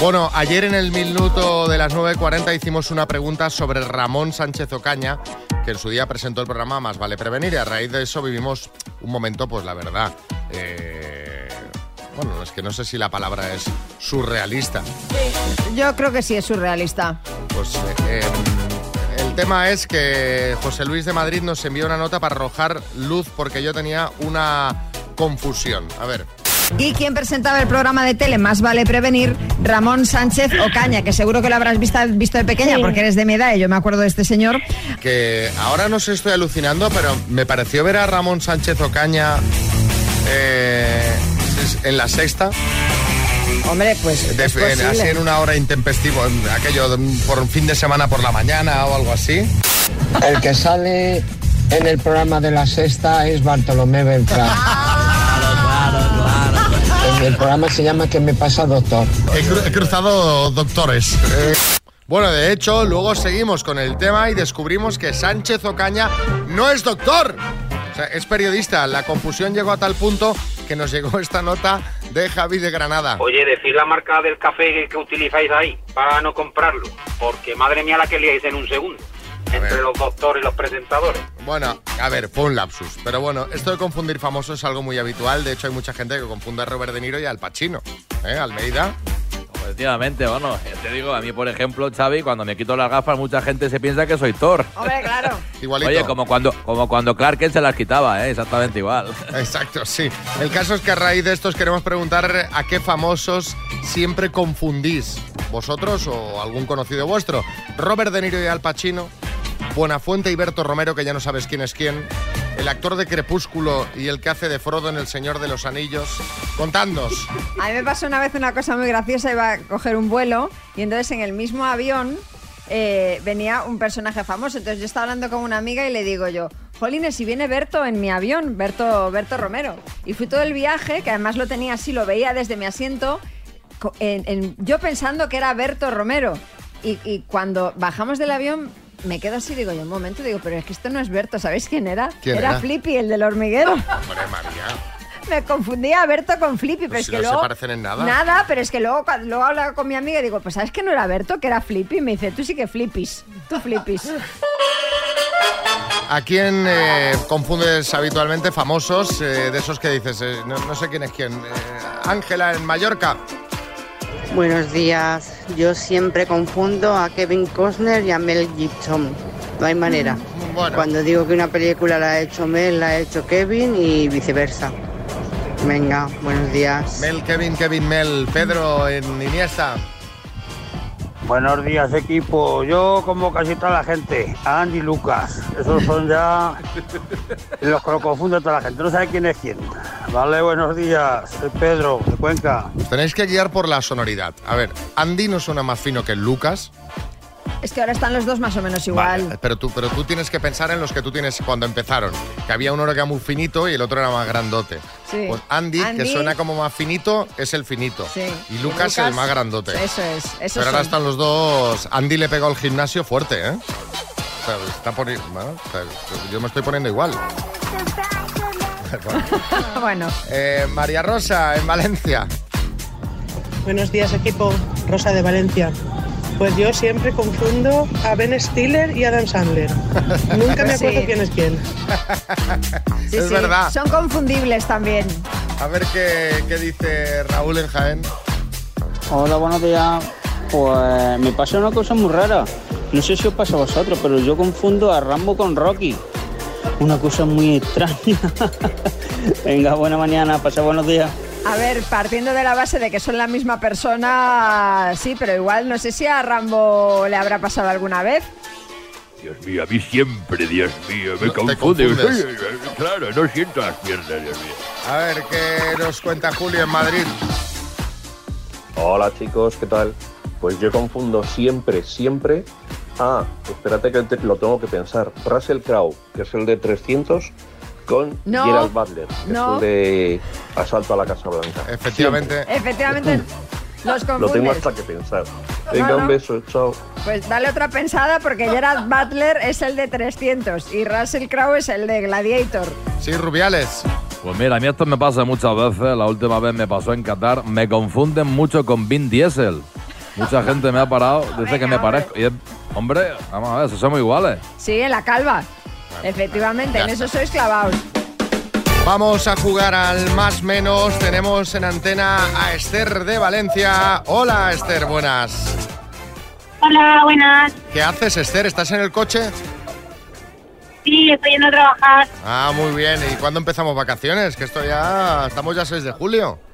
S3: Bueno, ayer en el minuto de las 9.40 hicimos una pregunta sobre Ramón Sánchez Ocaña, que en su día presentó el programa Más Vale Prevenir, y a raíz de eso vivimos un momento, pues la verdad. eh, bueno, es que no sé si la palabra es surrealista.
S5: Yo creo que sí es surrealista.
S3: Pues eh, eh, el tema es que José Luis de Madrid nos envió una nota para arrojar luz porque yo tenía una confusión. A ver.
S5: Y quien presentaba el programa de tele Más vale prevenir, Ramón Sánchez Ocaña, que seguro que lo habrás visto, visto de pequeña
S3: Sí.
S5: porque eres de mi edad y yo me acuerdo de este señor.
S3: que ahora no sé, estoy alucinando, pero me pareció ver a Ramón Sánchez Ocaña eh, en la sexta.
S5: Hombre, pues.
S3: De-
S5: es
S3: en-
S5: posible.
S3: así en una hora intempestivo, en aquello de un- por un fin de semana por la mañana o algo así.
S27: El que sale en el programa de la sexta es Bartolomé Beltrán. El- El programa se llama ¿Qué me pasa, doctor?
S3: He, cru- he cruzado doctores. Eh, bueno, de hecho, luego seguimos con el tema y descubrimos que Sánchez Ocaña no es doctor. O sea, es periodista. La confusión llegó a tal punto que nos llegó esta nota de Javi de Granada.
S13: Oye, decir la marca del café que, que utilizáis ahí para no comprarlo, porque madre mía la que liáis en un segundo, entre los doctores y los presentadores.
S3: Bueno, a ver, fue un lapsus. Pero bueno, esto de confundir famosos es algo muy habitual. De hecho, hay mucha gente que confunde a Robert De Niro y al Pacino. ¿Eh? Almeida.
S8: Efectivamente, bueno, ya te digo, a mí, por ejemplo, Xavi, cuando me quito las gafas, mucha gente se piensa que soy Thor.
S5: Hombre, claro.
S3: Igualito.
S8: Oye, como cuando, como cuando Clark Kent se las quitaba, ¿eh? exactamente igual.
S3: Exacto, sí. El caso es que a raíz de estos queremos preguntar a qué famosos siempre confundís, vosotros o algún conocido vuestro. Robert De Niro y Al Pacino, Buenafuente y Berto Romero, que ya no sabes quién es quién, el actor de Crepúsculo y el que hace de Frodo en El Señor de los Anillos. Contadnos.
S5: A mí me pasó una vez una cosa muy graciosa, iba a coger un vuelo y entonces en el mismo avión eh, venía un personaje famoso. Entonces yo estaba hablando con una amiga y le digo yo, Jolines, si viene Berto en mi avión, Berto, Berto Romero. Y fui todo el viaje, que además lo tenía así, lo veía desde mi asiento, co- en- en- yo pensando que era Berto Romero. Y, y cuando bajamos del avión... Me quedo así, digo yo, un momento, digo, pero es que esto no es Berto, ¿sabéis quién era?
S3: ¿Quién
S5: era,
S3: era?
S5: Flippy, el del hormiguero.
S3: Hombre, María.
S5: Me confundía a Berto con Flippy, pero,
S3: Pues
S5: es
S3: si
S5: que
S3: no se
S5: luego.
S3: parecen en nada.
S5: Nada, pero es que luego, cuando- luego hablaba con mi amiga y digo, pues sabes que no era Berto, que era Flippy. Y me dice, tú sí que flipis. Tú flipis.
S3: ¿A quién eh, confundes habitualmente famosos eh, de esos que dices, eh, no, no sé quién es quién? Eh, Ángela en Mallorca.
S28: Buenos días. Yo siempre confundo a Kevin Costner y a Mel Gibson. No hay manera. Cuando digo que una película la ha hecho Mel, la ha hecho Kevin y viceversa. Venga, buenos días.
S3: Mel, Kevin, Kevin, Mel, Pedro en Iniesta.
S10: Buenos días este equipo, yo como casi toda la gente, a Andy Lucas, esos son ya los que lo confunde toda la gente, no sabe quién es quién. Vale, buenos días, soy Pedro de Cuenca.
S3: Os tenéis que guiar por la sonoridad. A ver, Andy no suena más fino que Lucas,
S5: Es que ahora están los dos más o menos igual.
S3: pero tú, pero tú tienes que pensar en los que tú tienes cuando empezaron. Que había uno que era muy finito y el otro era más grandote.
S5: Sí.
S3: Pues Andy,
S5: Andy-
S3: que suena como más finito, es el finito.
S5: Sí.
S3: Y Lucas, el más grandote.
S5: Eso es. Eso
S3: pero ahora
S5: son.
S3: están los dos. Andy le pegó al gimnasio fuerte, ¿eh? O sea, está poni- bueno, o sea, yo me estoy poniendo igual. Bueno.
S5: bueno.
S3: Eh, María Rosa, en Valencia.
S29: Buenos días equipo, Rosa de Valencia. Pues yo siempre confundo a Ben Stiller y Adam Sandler. Nunca me acuerdo
S5: Sí.
S29: quién es quién.
S5: Sí,
S3: es
S5: sí.
S3: verdad.
S5: Son confundibles también.
S3: A ver qué, qué dice Raúl en Jaén.
S14: Hola, buenos días. Pues me pasa una cosa muy rara. No sé si os pasa a vosotros, pero yo confundo a Rambo con Rocky. Una cosa muy extraña. Venga, buena mañana, pasa buenos días.
S5: A ver, partiendo de la base de que son la misma persona, sí, pero igual no sé si a Rambo le habrá pasado alguna vez.
S8: Dios mío, a mí siempre, Dios mío, me
S3: No, te
S8: confunde.
S3: confundes.
S8: Ay, ay, ay, Claro, no siento las piernas, Dios mío.
S3: A ver qué nos cuenta Julio en Madrid.
S7: Hola chicos, ¿qué tal? Pues yo confundo siempre, siempre a, espérate que te- lo tengo que pensar, Russell Crowe, que es el de 300, con
S5: No.
S7: Gerald Butler, que
S5: No.
S7: es el de Asalto a la Casa Blanca.
S3: Efectivamente.
S5: Efectivamente, los
S7: Lo
S5: confundes.
S7: tengo hasta que pensar. Venga,
S5: No, no.
S7: un beso, chao.
S5: Pues dale otra pensada porque Gerard Butler es el de 300 y Russell Crowe es el de Gladiator.
S3: Sí, Rubiales.
S8: Pues mira, a mí esto me pasa muchas veces. La última vez me pasó en Qatar. Me confunden mucho con Vin Diesel. Mucha gente me ha parado, dice que me parezco. Y es- hombre, vamos a ver, si somos iguales.
S5: Sí, en la calva. Efectivamente, en eso sois clavados.
S3: Vamos a jugar al más menos. Tenemos en antena a Esther de Valencia. Hola Esther, buenas.
S23: Hola, buenas.
S3: ¿Qué haces Esther? ¿Estás en el coche?
S23: Sí, estoy yendo a trabajar.
S3: Ah, muy bien. ¿Y cuándo empezamos vacaciones? Que esto ya... Estamos ya 6 de julio.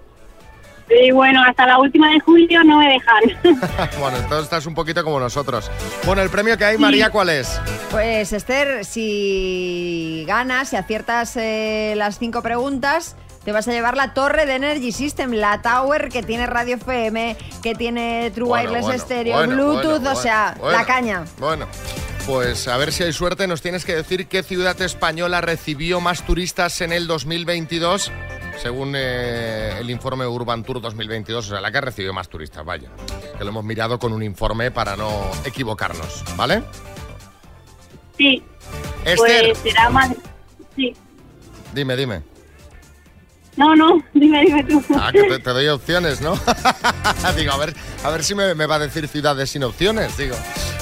S23: Y bueno, hasta la última de julio no me dejan.
S3: bueno, entonces estás un poquito como nosotros. Bueno, el premio que hay, María, ¿cuál es?
S5: Pues Esther, si ganas, si aciertas eh, las cinco preguntas, te vas a llevar la torre de Energy System, la Tower que tiene radio FM, que tiene True
S3: Bueno,
S5: Wireless
S3: bueno,
S5: Stereo,
S3: bueno,
S5: Bluetooth,
S3: bueno,
S5: o sea,
S3: bueno,
S5: la caña.
S3: Bueno, pues a ver si hay suerte. Nos tienes que decir qué ciudad española recibió más turistas en el 2022, según eh, el informe Urban Tour 2022. O sea, la que recibió más turistas, vaya. Que lo hemos mirado con un informe para no equivocarnos, ¿vale?
S30: Sí.
S3: Esther.
S30: Pues será Madrid. Sí.
S3: Dime, dime.
S30: No, no, dime, dime tú.
S3: Ah, que te, te doy opciones, ¿no? digo, a ver, a ver si me, me va a decir ciudades sin opciones, digo.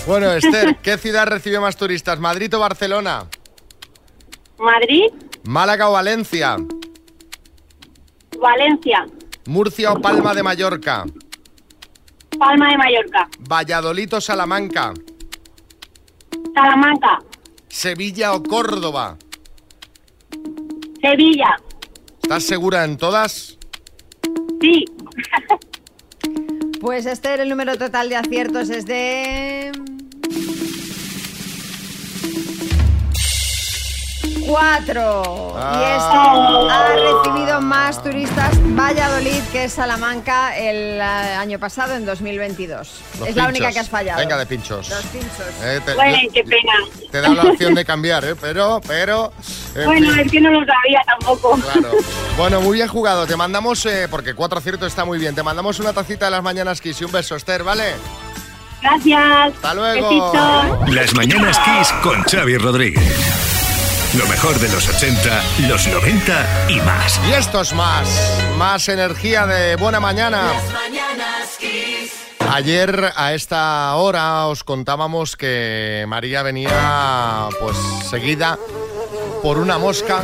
S3: Bueno, Esther, ¿qué ciudad recibió más turistas, Madrid o Barcelona?
S30: Madrid,
S3: Málaga o Valencia,
S30: Valencia,
S3: Murcia o Palma de Mallorca,
S30: Palma de Mallorca,
S3: Valladolid o Salamanca,
S30: Salamanca,
S3: Sevilla o Córdoba.
S30: Sevilla.
S3: ¿Estás segura en todas?
S30: Sí.
S5: Pues Esther, el número total de aciertos es de... Cuatro.
S3: Ah.
S5: Y Esther ha recibido más turistas Valladolid que Salamanca el eh, año pasado, en 2022.
S3: Los
S5: es la única
S3: pinchos.
S5: que has fallado.
S3: Venga de pinchos.
S5: Los pinchos.
S3: Eh, te,
S30: Bueno, qué pena.
S3: te da la opción de cambiar, ¿eh? Pero, pero... en
S30: Bueno,
S3: fin.
S30: es que no lo sabía tampoco.
S3: Claro. Bueno, muy bien jugado. Te mandamos, eh, porque cuatro aciertos está muy bien. Te mandamos una tacita de las mañanas Kiss y un beso, Esther, ¿vale?
S30: Gracias.
S3: Hasta luego.
S30: Besitos.
S2: Las mañanas Kiss con Xavi Rodríguez. Lo mejor de los 80, los 90 y más.
S3: Y esto es más. Más energía de buena mañana.
S1: Las mañanas Kiss.
S3: Ayer a esta hora os contábamos que María venía pues seguida por una mosca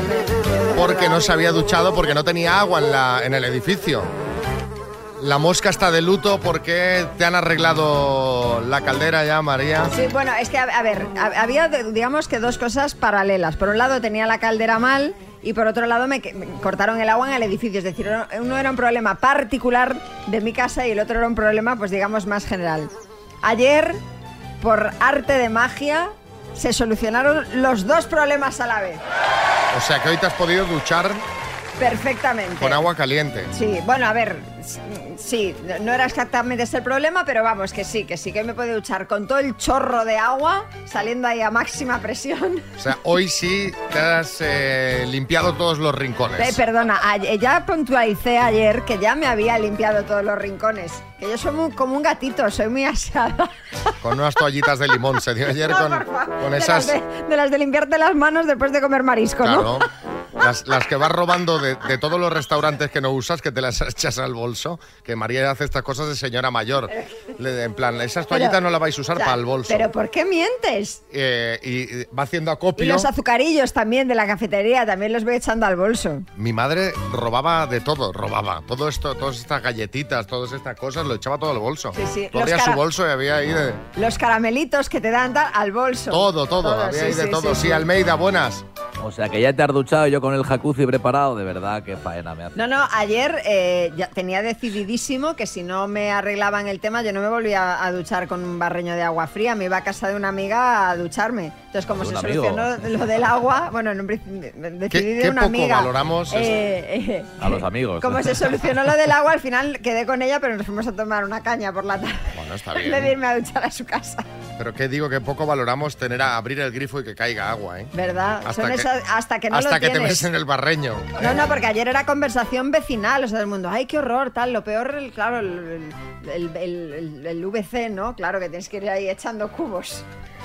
S3: porque no se había duchado porque no tenía agua en, la- en el edificio. La mosca está de luto porque te han arreglado la caldera ya, María.
S5: Sí, bueno, es que, a, a ver, ha- había, de- digamos que dos cosas paralelas. Por un lado tenía la caldera mal y por otro lado me, que- me cortaron el agua en el edificio. Es decir, uno- uno era un problema particular de mi casa y el otro era un problema, pues digamos, más general. Ayer, por arte de magia, se solucionaron los dos problemas a la vez.
S3: O sea que hoy te has podido duchar
S5: Perfectamente.
S3: con agua caliente.
S5: Sí, bueno, a ver, s- sí, no- no era exactamente ese el problema, pero vamos, que sí, que sí, que hoy me puedo duchar con todo el chorro de agua saliendo ahí a máxima presión.
S3: O sea, hoy sí te has eh, limpiado todos los
S5: Eh,
S3: rincones.
S5: perdona, a- eh, ya puntualicé ayer que ya me había limpiado todos los rincones, que yo soy muy- como un gatito, soy muy asada.
S3: Con unas toallitas de limón. Se dio ayer
S5: No,
S3: con,
S5: por favor,
S3: con
S5: de
S3: esas...
S5: las de, de las de limpiarte las manos después de comer marisco,
S3: Claro.
S5: ¿no?
S3: Las, las que vas robando de, de todos los restaurantes que no usas, que te las echas al bolso, que María hace estas cosas de señora mayor. Le- en plan, esas toallitas
S5: Pero-
S3: no las vais a usar
S5: O sea,
S3: para el bolso.
S5: Pero ¿por qué mientes?
S3: Eh, y, y va haciendo
S5: Y
S3: acopio.
S5: los azucarillos también de la cafetería, también los voy echando al bolso.
S3: Mi madre robaba de todo, robaba. Todo esto, todas estas galletitas, todas estas cosas, lo echaba todo al bolso.
S5: Sí, sí,
S3: Tú
S5: los
S3: abrías su
S5: cara-
S3: bolso y había ahí de
S5: Los caramelitos que te dan tal, al bolso.
S3: todo, todo, había
S5: sí,
S3: ahí de
S5: sí,
S3: todo.
S5: sí,
S3: Sí,
S5: sí.
S3: Almeida, buenas.
S26: O sea, que ya te has duchado yo con el jacuzzi preparado, de verdad, qué faena me hace.
S5: No, no, ayer eh, ya tenía decididísimo que si no me arreglaban el tema, yo no me volvía a duchar con un barreño de agua fría. Me iba a casa de una amiga a ducharme. Entonces, como
S3: De
S5: se
S3: un amigo.
S5: solucionó lo del agua, bueno, en un principio decidí de
S3: qué
S5: una
S3: poco
S5: amiga.
S3: valoramos
S5: Eh, eh,
S26: A los amigos.
S5: como se solucionó lo del agua, al final quedé con ella, pero nos fuimos a tomar una caña por la tarde.
S3: Bueno, está
S5: en vez de
S3: bien.
S5: irme a duchar a su casa.
S3: Pero qué digo, que poco valoramos tener a abrir el grifo y que caiga agua, ¿eh?
S5: ¿Verdad?
S3: Hasta
S5: Son
S3: que-
S5: esas- hasta que no
S3: Hasta
S5: lo
S3: que te
S5: tienes.
S3: ves en el barreño.
S5: No, no, porque ayer era conversación vecinal, o sea, del mundo, ay, qué horror, tal, lo peor, el- claro, el, el, el- el- el VC, ¿no? Claro, que tienes que ir ahí echando cubos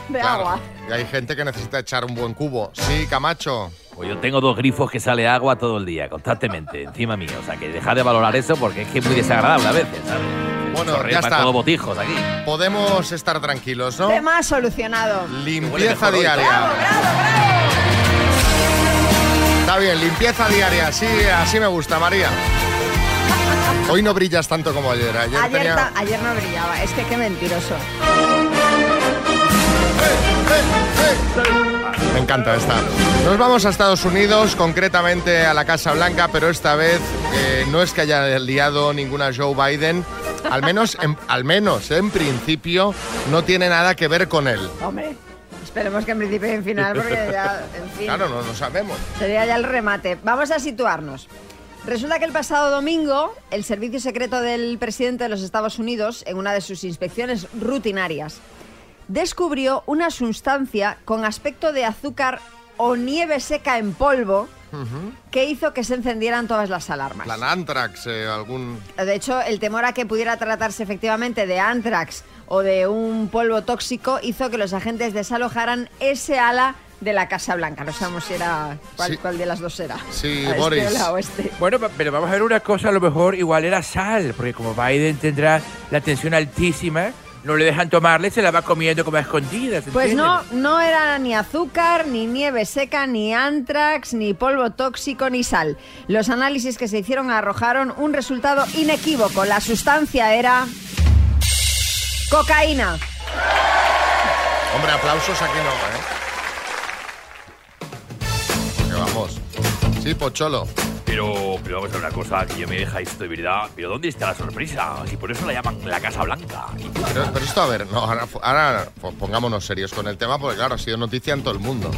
S5: de
S3: Claro.
S5: agua.
S3: Y hay gente que necesita echar un buen cubo. Sí, Camacho.
S26: Pues yo tengo dos grifos que sale agua todo el día, constantemente, encima mío. O sea, que deja de valorar eso porque es que es muy desagradable a veces, ¿sabes?
S3: Bueno,
S26: Correr
S3: ya
S26: para
S3: está.
S26: todo botijos aquí.
S3: Podemos estar tranquilos, ¿no?
S5: Tema solucionado.
S3: Limpieza diaria. Está bien, limpieza diaria. Sí, así me gusta, María. Hoy no brillas tanto como ayer. Ayer,
S5: Ayer,
S3: tenía-
S5: ta- ayer no brillaba, es que qué mentiroso.
S3: Me encanta esta. Nos vamos a Estados Unidos, concretamente a la Casa Blanca, pero esta vez eh, no es que haya liado ninguna Joe Biden. Al menos, en, al menos, en principio, no tiene nada que ver con él.
S5: Hombre, esperemos que en principio y en final, porque ya, en fin,
S3: Claro, no, no sabemos.
S5: sería ya el remate. Vamos a situarnos. Resulta que el pasado domingo, el servicio secreto del presidente de los Estados Unidos, en una de sus inspecciones rutinarias, descubrió una sustancia con aspecto de azúcar o nieve seca en polvo que hizo que se encendieran todas las alarmas.
S3: Plan Antrax, eh, algún...
S5: De hecho, el temor a que pudiera tratarse efectivamente de anthrax o de un polvo tóxico hizo que los agentes desalojaran ese ala de la Casa Blanca. No sabemos si era cuál, cuál de las dos era.
S3: Sí,
S5: A este
S3: Boris.
S5: o la oeste.
S15: Bueno, pa- pero vamos a ver una cosa, a lo mejor igual era sal, porque como Biden tendrá la tensión altísima, no le dejan tomarle, se la va comiendo como a escondidas.
S5: Pues
S15: ¿entiendes?
S5: no, no era ni azúcar, ni nieve seca, ni antrax, ni polvo tóxico, ni sal. Los análisis que se hicieron arrojaron un resultado inequívoco. La sustancia era cocaína.
S3: Hombre, aplausos aquí no, ¿eh? Que vamos. Sí, Pocholo.
S7: Pero, pero vamos a ver una cosa que yo me deja esto de verdad. Pero ¿dónde está la sorpresa? Si por eso la llaman la Casa Blanca.
S3: Pero, pero esto, a ver, no, ahora, ahora, pues, pongámonos serios con el tema, porque claro, ha sido noticia en todo el mundo.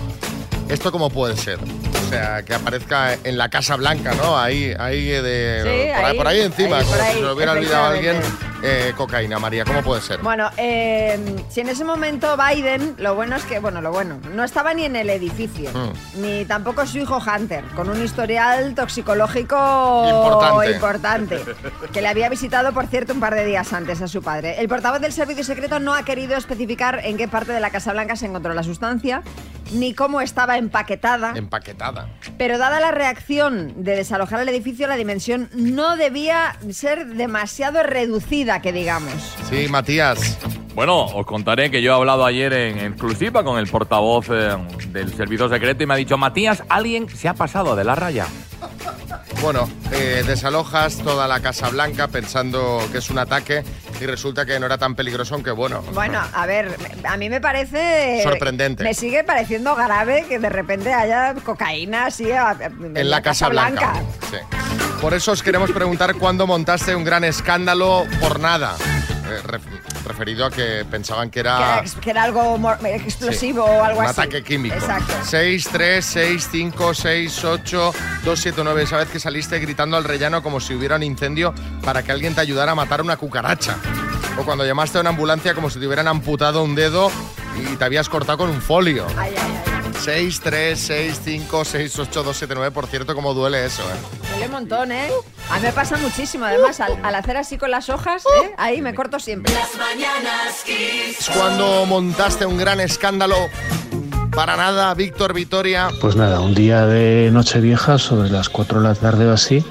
S3: ¿Esto cómo puede ser? O sea, que aparezca en la Casa Blanca, ¿no? Ahí, ahí eh, de,
S5: Sí,
S3: por, ahí,
S5: ahí,
S3: por ahí encima,
S5: ahí,
S3: como
S5: por ahí,
S3: si se lo hubiera olvidado a alguien
S5: efectivamente.
S3: eh, cocaína, María. ¿Cómo puede ser?
S5: Bueno, eh, si en ese momento Biden, lo bueno es que, bueno, lo bueno, no estaba ni en el edificio,
S3: Mm.
S5: ni tampoco su hijo Hunter, con un historial toxicológico
S1: Importante.
S5: importante, que le había visitado, por cierto, un par de días antes a su padre. El portavoz del servicio secreto no ha querido especificar en qué parte de la Casa Blanca se encontró la sustancia, ni cómo estaba empaquetada.
S3: Empaquetada.
S5: Pero dada la reacción de desalojar el edificio, la dimensión no debía ser demasiado reducida, que digamos.
S3: Sí, Matías.
S26: Bueno, os contaré que yo he hablado ayer en exclusiva con el portavoz eh, del servicio secreto y me ha dicho, Matías, alguien se ha pasado de la raya.
S3: Bueno, eh, desalojas toda la Casa Blanca pensando que es un ataque y resulta que no era tan peligroso, aunque bueno.
S5: Bueno, a ver, a mí me parece...
S3: Sorprendente.
S5: Me sigue pareciendo grave que de repente haya cocaína así a- en,
S3: en la Casa Blanca. Sí. Por eso os queremos preguntar cuándo montaste un gran escándalo por nada. Eh, ref- referido a que pensaban que
S5: Que era
S3: era
S5: ex- Que, era algo mor- explosivo
S3: Ah. Sí,
S5: o algo
S3: un
S5: así.
S3: ataque químico.
S5: Exacto.
S3: 6, 3, 6, 5, 6, 8, 2, 7, 9. Esa vez que saliste gritando al rellano como si hubiera un incendio para que alguien te ayudara a matar una cucaracha. O cuando llamaste a una ambulancia como si te hubieran amputado un dedo y te habías cortado con un folio. 6, 3, 6, 5, 6, 8, 2, 7, 9. Por cierto, cómo duele eso, ¿eh?
S5: Duele un montón, ¿eh? A mí me pasa muchísimo. Además, al, al hacer así con las hojas, ¿eh? ahí me corto siempre.
S1: Mañanas Kiss.
S3: Es cuando montaste un gran escándalo. Para nada, Víctor Vitoria.
S16: Pues nada, un día de Nochevieja, sobre las 4 de la tarde o así,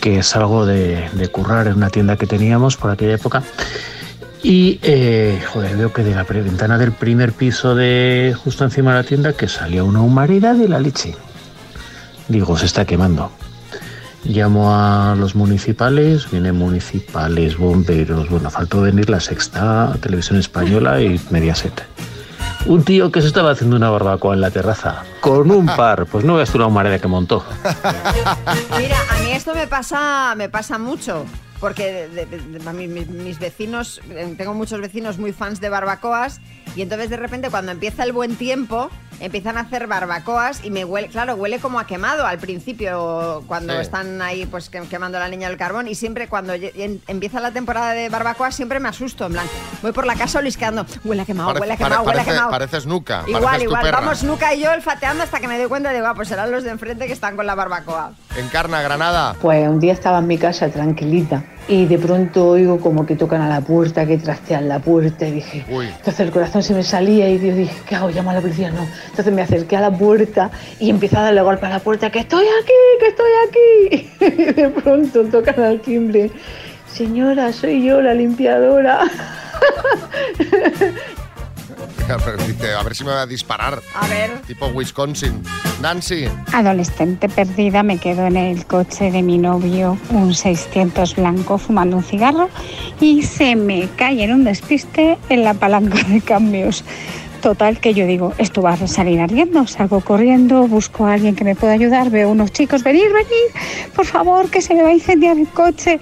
S16: que salgo de, de currar en una tienda que teníamos por aquella época. Y, eh, joder, veo que de la pre- ventana del primer piso de justo encima de la tienda que salía una humareda de la leche. Digo, se está quemando. Llamo a los municipales, vienen municipales, bomberos, bueno, faltó venir la sexta, televisión española y Mediaset. Un tío que se estaba haciendo una barbacoa en la terraza, con un par, pues no veas tú la humareda que montó.
S5: Mira, a mí esto me pasa, me pasa mucho. Porque de- de- de- de- a mí mis, mis vecinos, eh, tengo muchos vecinos muy fans de barbacoas y entonces de repente cuando empieza el buen tiempo empiezan a hacer barbacoas y me huele, claro, huele como a quemado al principio cuando
S17: Sí.
S5: están ahí pues que- quemando la leña del carbón y siempre cuando lle- en- empieza la temporada de barbacoas siempre me asusto, en plan, voy por la casa olisqueando, huele a quemado,
S3: Pare-
S5: huele a
S3: pare-
S5: quemado, huele a
S3: parece-
S5: quemado.
S3: Pareces nuca.
S5: Igual,
S3: pareces tu
S5: igual,
S3: perra.
S5: vamos Nuca y yo olfateando hasta que me doy cuenta y digo, ah, pues serán los de enfrente que están con la barbacoa.
S3: Encarna Granada.
S17: Pues un día estaba en mi casa tranquilita y de pronto oigo como que tocan a la puerta, que trastean la puerta y dije, entonces el corazón se me salía y yo dije, ¿qué hago? Llamo a la policía, no. Entonces me acerqué a la puerta y empecé a darle golpe a la puerta, que estoy aquí, que estoy aquí. Y de pronto tocan al timbre, señora, soy yo la limpiadora.
S3: Dice, a ver si me va a disparar.
S5: A ver.
S3: Tipo Wisconsin. Nancy.
S18: Adolescente perdida, me quedo en el coche de mi novio, un 600 blanco, fumando un cigarro y se me cae en un despiste en la palanca de cambios. Total, que yo digo, esto va a salir ardiendo. Salgo corriendo, busco a alguien que me pueda ayudar, veo unos chicos, venir, venir, por favor, que se me va a incendiar el coche.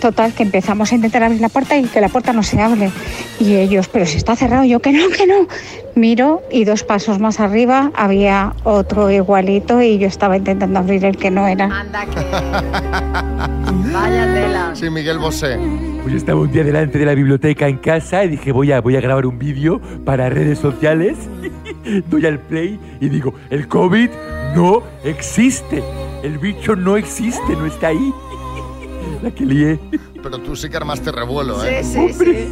S23: Total, que empezamos a intentar abrir la puerta y que la puerta no se abre. Y ellos, pero si está cerrado, yo que no, que no. Miro y dos pasos más arriba había otro igualito y yo estaba intentando abrir el que no era.
S5: Vaya tela.
S3: Sí, Miguel Bosé.
S1: Pues yo estaba un día delante de la biblioteca en casa y dije, voy a, voy a grabar un vídeo para redes sociales. Doy al play y digo, el COVID no existe. El bicho no existe, no está ahí. La que lié.
S3: Pero tú sí que armaste revuelo, ¿eh?
S5: Sí, sí, sí.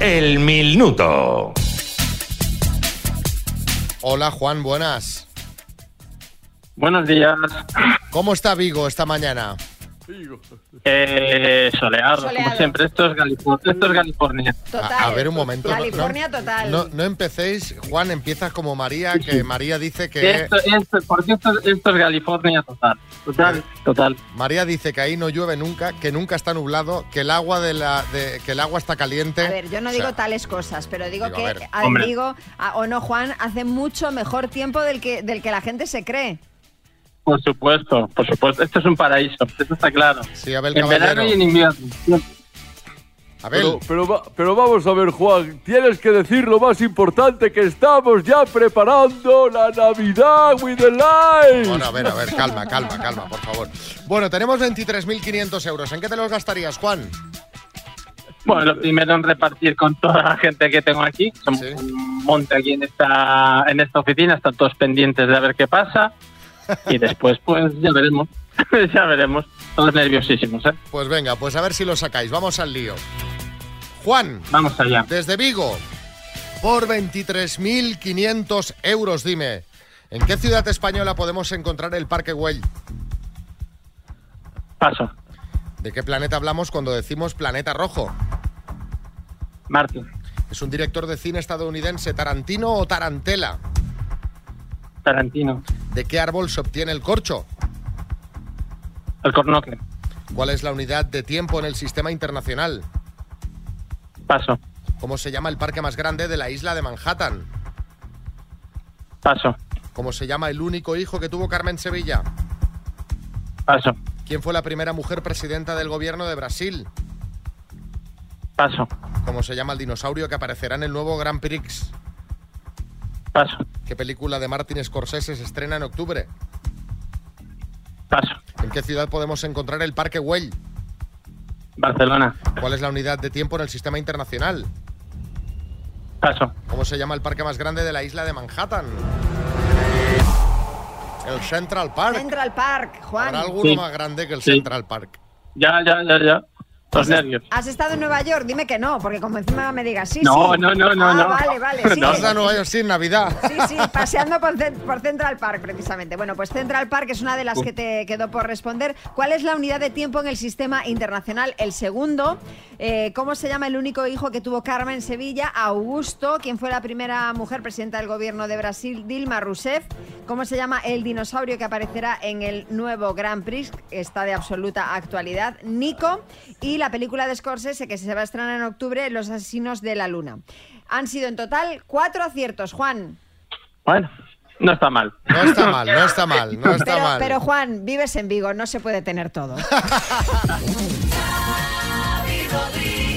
S7: El minuto.
S3: Hola, Juan, buenas.
S6: Buenos días.
S3: ¿Cómo está Vigo esta mañana?
S6: Eh, soleado,
S5: Soleado.
S6: como siempre. Esto es, Galif- esto es California.
S5: Total.
S3: A, a ver, un momento. no-
S5: California total.
S3: No, no empecéis, Juan, empiezas como María, que María dice que...
S6: Esto, esto, porque esto, esto es California total. Total, total.
S3: María dice que ahí no llueve nunca, que nunca está nublado, que el agua de la de- que el agua está caliente.
S5: A ver, yo no
S3: O
S5: digo
S3: sea,
S5: tales cosas, pero digo,
S3: digo, a
S5: que,
S3: ver.
S5: a-
S3: Hombre.
S5: digo, a- o no, Juan, hace mucho mejor tiempo del que, del que la gente se cree.
S6: Por supuesto, por supuesto. Esto es un paraíso, eso está claro.
S3: Sí, Abel
S6: en
S3: Caballero.
S6: verano y en invierno.
S8: Pero, pero, va- pero vamos a ver, Juan, tienes que decir lo más importante que estamos ya preparando la Navidad with the Light.
S3: Bueno, a ver, a ver, calma, calma, calma, por favor. Bueno, tenemos 23.500 euros. ¿En qué te los gastarías, Juan?
S6: Bueno, lo primero en repartir con toda la gente que tengo aquí. Somos un monte aquí en esta, en esta oficina, están todos pendientes de a ver qué pasa. Y después, pues ya veremos. ya veremos. Todos nerviosísimos, ¿eh?
S3: Pues venga, pues a ver si lo sacáis. Vamos al lío. Juan.
S6: Vamos allá.
S3: Desde Vigo, por 23.500 euros, dime. ¿En qué ciudad española podemos encontrar el Parque Güell?
S6: Paso.
S3: ¿De qué planeta hablamos cuando decimos planeta rojo?
S6: Marte.
S3: ¿Es un director de cine estadounidense Tarantino o Tarantela?
S6: Tarantino.
S3: ¿De qué árbol se obtiene el corcho?
S6: El cornocle.
S3: ¿Cuál es la unidad de tiempo en el sistema internacional?
S6: Paso.
S3: ¿Cómo se llama el parque más grande de la isla de Manhattan?
S6: Paso.
S3: ¿Cómo se llama el único hijo que tuvo Carmen Sevilla?
S6: Paso.
S3: ¿Quién fue la primera mujer presidenta del gobierno de Brasil?
S6: Paso.
S3: ¿Cómo se llama el dinosaurio que aparecerá en el nuevo Grand Prix?
S6: Paso.
S3: ¿Qué película de Martin Scorsese se estrena en octubre?
S6: Paso.
S3: ¿En qué ciudad podemos encontrar el Parque Güell?
S6: Barcelona.
S3: ¿Cuál es la unidad de tiempo en el sistema internacional?
S6: Paso.
S3: ¿Cómo se llama el parque más grande de la isla de Manhattan? El Central Park.
S5: Central Park, Juan.
S3: ¿Habrá alguno
S6: Sí.
S3: más grande que el
S6: Sí.
S3: Central Park? Pues
S6: Ya, ya, ya, ya. Los nervios.
S5: ¿Has estado en Nueva York? Dime que no, porque como encima me digas Ah, sí.
S6: No,
S5: sí.
S6: no, no, no,
S5: Ah,
S6: no.
S5: Vale, vale. Sí,
S3: No.
S5: sí,
S3: Vas a Nueva York sin Navidad.
S5: Sí, sí, paseando por, cen- por Central Park, precisamente. Bueno, pues Central Park es una de las que te quedó por responder. ¿Cuál es la unidad de tiempo en el sistema internacional? El segundo. Eh, ¿Cómo se llama el único hijo que tuvo Carmen Sevilla? Augusto, quien fue la primera mujer presidenta del gobierno de Brasil, Dilma Rousseff. ¿Cómo se llama el dinosaurio que aparecerá en el nuevo Grand Prix? Está de absoluta actualidad. Nico. Y la película de Scorsese que se va a estrenar en octubre, Los asesinos de la luna. Han sido en total cuatro aciertos, Juan.
S6: Bueno, no está mal.
S3: No está mal, no está mal, no está
S5: pero,
S3: mal.
S5: pero, Juan, vives en Vigo, no se puede tener todo.
S31: Rodríguez.